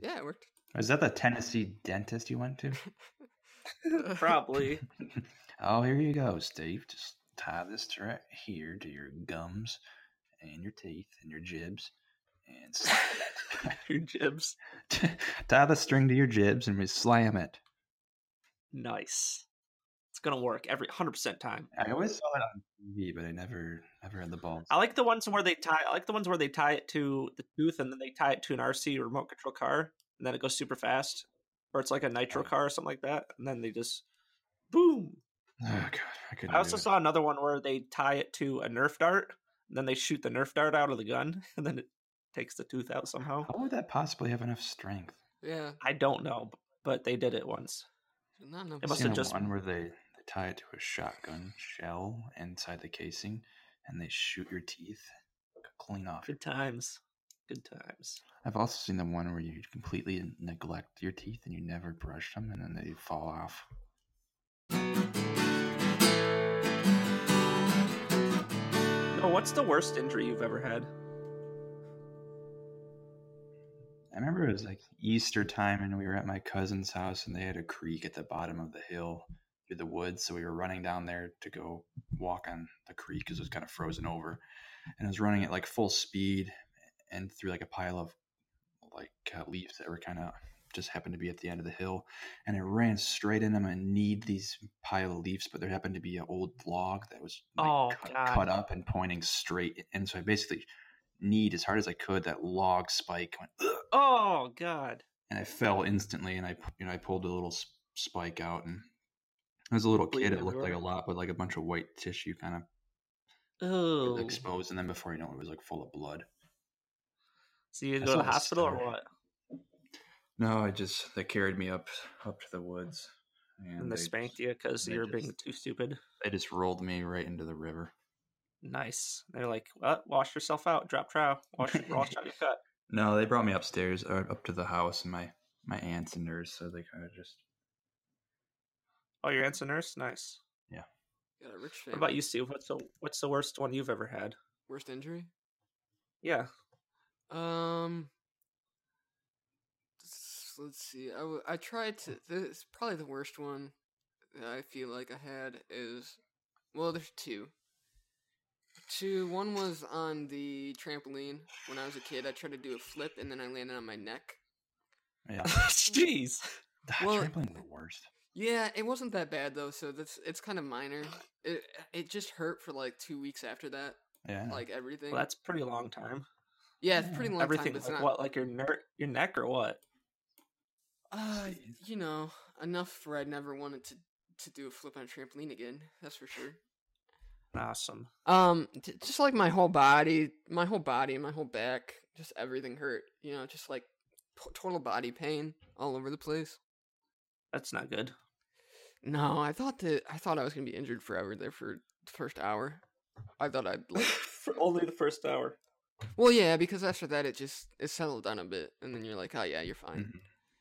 [SPEAKER 3] Yeah, it worked.
[SPEAKER 2] Is that the Tennessee dentist you went to?
[SPEAKER 1] Probably.
[SPEAKER 2] oh, here you go, Steve. Just tie this to right here to your gums and your teeth and your jibs. And slam
[SPEAKER 1] your jibs.
[SPEAKER 2] it. tie the string to your jibs and we slam it.
[SPEAKER 1] Nice. It's gonna work every hundred percent time.
[SPEAKER 2] I always saw that on TV, but I never never had the balls.
[SPEAKER 1] I like the ones where they tie. I like the ones where they tie it to the tooth, and then they tie it to an RC remote control car, and then it goes super fast, or it's like a nitro car or something like that, and then they just boom.
[SPEAKER 2] Oh god, I couldn't.
[SPEAKER 1] I also
[SPEAKER 2] do it.
[SPEAKER 1] saw another one where they tie it to a Nerf dart, and then they shoot the Nerf dart out of the gun, and then it takes the tooth out somehow.
[SPEAKER 2] How would that possibly have enough strength?
[SPEAKER 3] Yeah,
[SPEAKER 1] I don't know, but they did it once.
[SPEAKER 3] not enough.
[SPEAKER 1] It
[SPEAKER 2] Must
[SPEAKER 1] must
[SPEAKER 2] seen
[SPEAKER 1] have
[SPEAKER 2] have
[SPEAKER 1] just-
[SPEAKER 2] one where they, they tie it to a shotgun shell inside the casing, and they shoot your teeth clean off.
[SPEAKER 1] Good times. Good times.
[SPEAKER 2] I've also seen the one where you completely neglect your teeth and you never brush them, and then they fall off.
[SPEAKER 1] No, Oh, what's the worst injury you've ever had?
[SPEAKER 2] I remember it was like Easter time, and we were at my cousin's house, and they had a creek at the bottom of the hill through the woods. So we were running down there to go walk on the creek because it was kind of frozen over, and I was running at like full speed and through like a pile of like uh, leaves that were kind of just happened to be at the end of the hill, and I ran straight in them and kneed these pile of leaves, but there happened to be an old log that was like,
[SPEAKER 1] Oh,
[SPEAKER 2] cut,
[SPEAKER 1] God.
[SPEAKER 2] cut up and pointing straight, and so I basically kneed as hard as I could that log spike went. "Ugh,"
[SPEAKER 1] Oh God.
[SPEAKER 2] and I fell instantly. And I, pu- you know, I pulled a little sp- spike out, and as a little kid,
[SPEAKER 1] Bleeding
[SPEAKER 2] it looked like a
[SPEAKER 1] everywhere.
[SPEAKER 2] lot, but like a bunch of white tissue kind of
[SPEAKER 1] Oh.
[SPEAKER 2] exposed. And then before you know, it it was like full of blood.
[SPEAKER 1] So you
[SPEAKER 2] I
[SPEAKER 1] go to
[SPEAKER 2] saw
[SPEAKER 1] the
[SPEAKER 2] a
[SPEAKER 1] hospital or
[SPEAKER 2] story.
[SPEAKER 1] what?
[SPEAKER 2] No, I just they carried me up up to the woods,
[SPEAKER 1] And they spanked you because
[SPEAKER 2] they
[SPEAKER 1] you're being
[SPEAKER 2] just-
[SPEAKER 1] too stupid.
[SPEAKER 2] They just rolled me right into the river.
[SPEAKER 1] Nice. They're like, what? Wash yourself out. Drop trow. Wash, wash out your cut.
[SPEAKER 2] No, they brought me upstairs or up to the house, and my my aunt's a nurse, so they kind of just.
[SPEAKER 1] Oh, your aunt's a nurse. Nice.
[SPEAKER 3] Got a rich
[SPEAKER 1] What
[SPEAKER 3] family.
[SPEAKER 1] about you, Steve? What's the What's the worst one you've ever had?
[SPEAKER 3] Worst injury?
[SPEAKER 1] Yeah.
[SPEAKER 3] Um, s- let's see. I, w- I tried to. This probably the worst one that I feel like I had is. Well, there's two. Two. One was on the trampoline when I was a kid. I tried to do a flip and then I landed on my neck.
[SPEAKER 2] Yeah,
[SPEAKER 1] Jeez.
[SPEAKER 3] Well-
[SPEAKER 2] trampoline's the worst.
[SPEAKER 3] Yeah, it wasn't that bad though, so that's it's kind of minor. It it just hurt for like two weeks after that,
[SPEAKER 2] Yeah,
[SPEAKER 3] like everything.
[SPEAKER 1] Well, that's a pretty long time.
[SPEAKER 3] yeah, it's pretty long. time,
[SPEAKER 1] Everything
[SPEAKER 3] but it's
[SPEAKER 1] like
[SPEAKER 3] not-
[SPEAKER 1] what? Like your ner- your neck or what?
[SPEAKER 3] Uh,
[SPEAKER 2] See.
[SPEAKER 3] you know, enough where I never wanted to to do a flip on a trampoline again. That's for sure.
[SPEAKER 1] Awesome.
[SPEAKER 3] Um, j- just like my whole body, my whole body, my whole back, just everything hurt. You know, just like p- total body pain all over the place.
[SPEAKER 1] That's not good.
[SPEAKER 3] No, I thought that I thought I was gonna be injured forever there for the first hour. I thought I'd like,
[SPEAKER 1] For only the first hour.
[SPEAKER 3] well, yeah, because after that it just it settled down a bit, and then you're like, oh yeah, you're fine.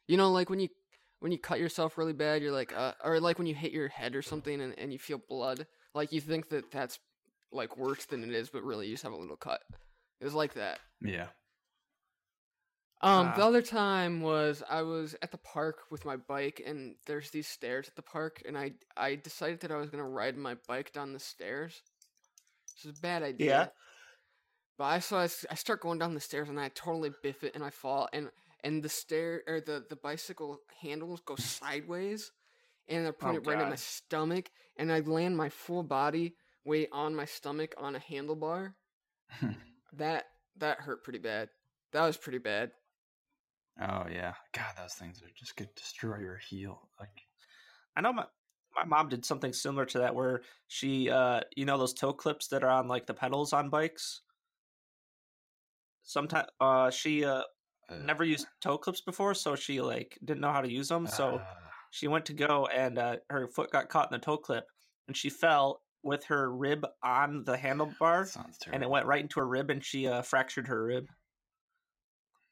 [SPEAKER 3] You know, like when you when you cut yourself really bad, you're like, uh, or like when you hit your head or something and, and you feel blood, like you think that that's like worse than it is, but really you just have a little cut. It was like that.
[SPEAKER 2] yeah.
[SPEAKER 3] Um, the
[SPEAKER 1] Ah.
[SPEAKER 3] other time was I was at the park with my bike, and there's these stairs at the park, and I I decided that I was gonna ride my bike down the stairs. This is a bad idea. But I so I, s- I start going down the stairs, and I totally biff it, and I fall, and and the stair or the the bicycle handles go sideways, and I put
[SPEAKER 1] Oh,
[SPEAKER 3] it right at my
[SPEAKER 1] God.
[SPEAKER 3] stomach, and I land my full body weight on my stomach on a handlebar. That that hurt pretty bad. That was pretty bad.
[SPEAKER 2] Oh yeah, God, those things are just could destroy your heel. Like
[SPEAKER 1] I know my my mom did something similar to that where she uh you know those toe clips that are on like the pedals on bikes. Sometimes uh she uh
[SPEAKER 2] uh,
[SPEAKER 1] never used toe clips before, so she like didn't know how to use them. So
[SPEAKER 2] ah,
[SPEAKER 1] she went to go and uh, her foot got caught in the toe clip, and she fell with her rib on the handlebar,
[SPEAKER 2] that sounds terrible.
[SPEAKER 1] and it went right into her rib, and she uh, fractured her rib.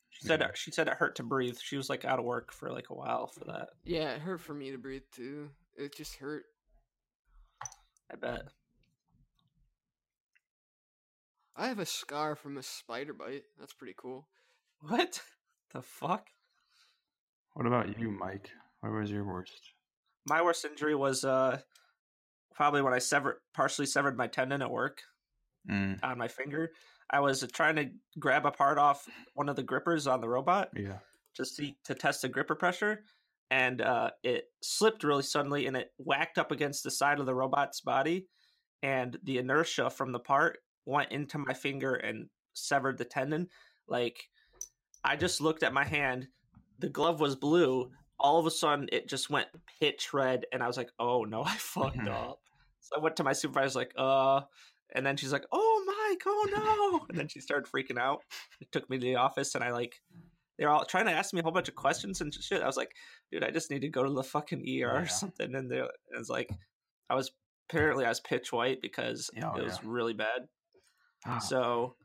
[SPEAKER 1] She said
[SPEAKER 2] Yeah.
[SPEAKER 1] she said it hurt to breathe. She was like out of work for like a while for that.
[SPEAKER 3] Yeah, it hurt for me to breathe too. It just hurt.
[SPEAKER 1] I bet.
[SPEAKER 3] I have a scar from a spider bite. That's pretty cool.
[SPEAKER 1] What the fuck?
[SPEAKER 2] What about you, Mike? What was your worst?
[SPEAKER 1] my worst injury was uh probably when I severed partially severed my tendon at work
[SPEAKER 2] Mm,
[SPEAKER 1] on my finger. I was uh, trying to grab a part off one of the grippers on the robot
[SPEAKER 2] yeah.
[SPEAKER 1] just to, to test the gripper pressure and uh, it slipped really suddenly and it whacked up against the side of the robot's body and the inertia from the part went into my finger and severed the tendon like i just looked at my hand the glove was blue all of a sudden it just went pitch red and i was like oh no i fucked up So I went to my supervisor, like, uh, and then she's like, "Oh, Mike, oh no!" And then she started freaking out. It took me to the office, and I like, they're all trying to ask me a whole bunch of questions and shit. I was like, "Dude, I just need to go to the fucking ER
[SPEAKER 2] Yeah.
[SPEAKER 1] or something." And they, it was like, I was apparently I was pitch white because
[SPEAKER 2] Yeah, oh,
[SPEAKER 1] it was
[SPEAKER 2] yeah.
[SPEAKER 1] really bad.
[SPEAKER 2] Ah,
[SPEAKER 1] So,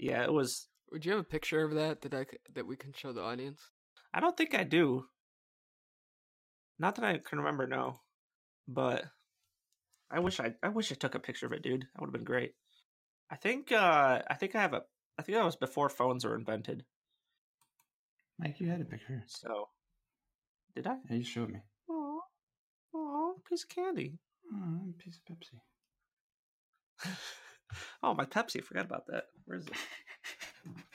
[SPEAKER 1] yeah, it was.
[SPEAKER 3] Would you have a picture of that that I c- that we can show the audience?
[SPEAKER 1] I don't think I do. Not that I can remember, no. But I wish I I wish I took a picture of it, dude. That would have been great. I think uh I think I have a I think that was before phones were invented.
[SPEAKER 2] Mike, you had a picture.
[SPEAKER 1] So did I?
[SPEAKER 2] Yeah, you showed me.
[SPEAKER 1] Oh, oh, piece of candy.
[SPEAKER 2] Oh, a piece of Pepsi.
[SPEAKER 1] oh, my Pepsi. Forgot about that. Where is it?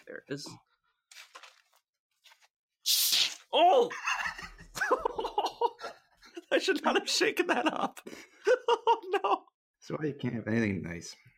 [SPEAKER 1] There it is. Oh! I should not have shaken that up. oh no!
[SPEAKER 2] So I can't have anything nice.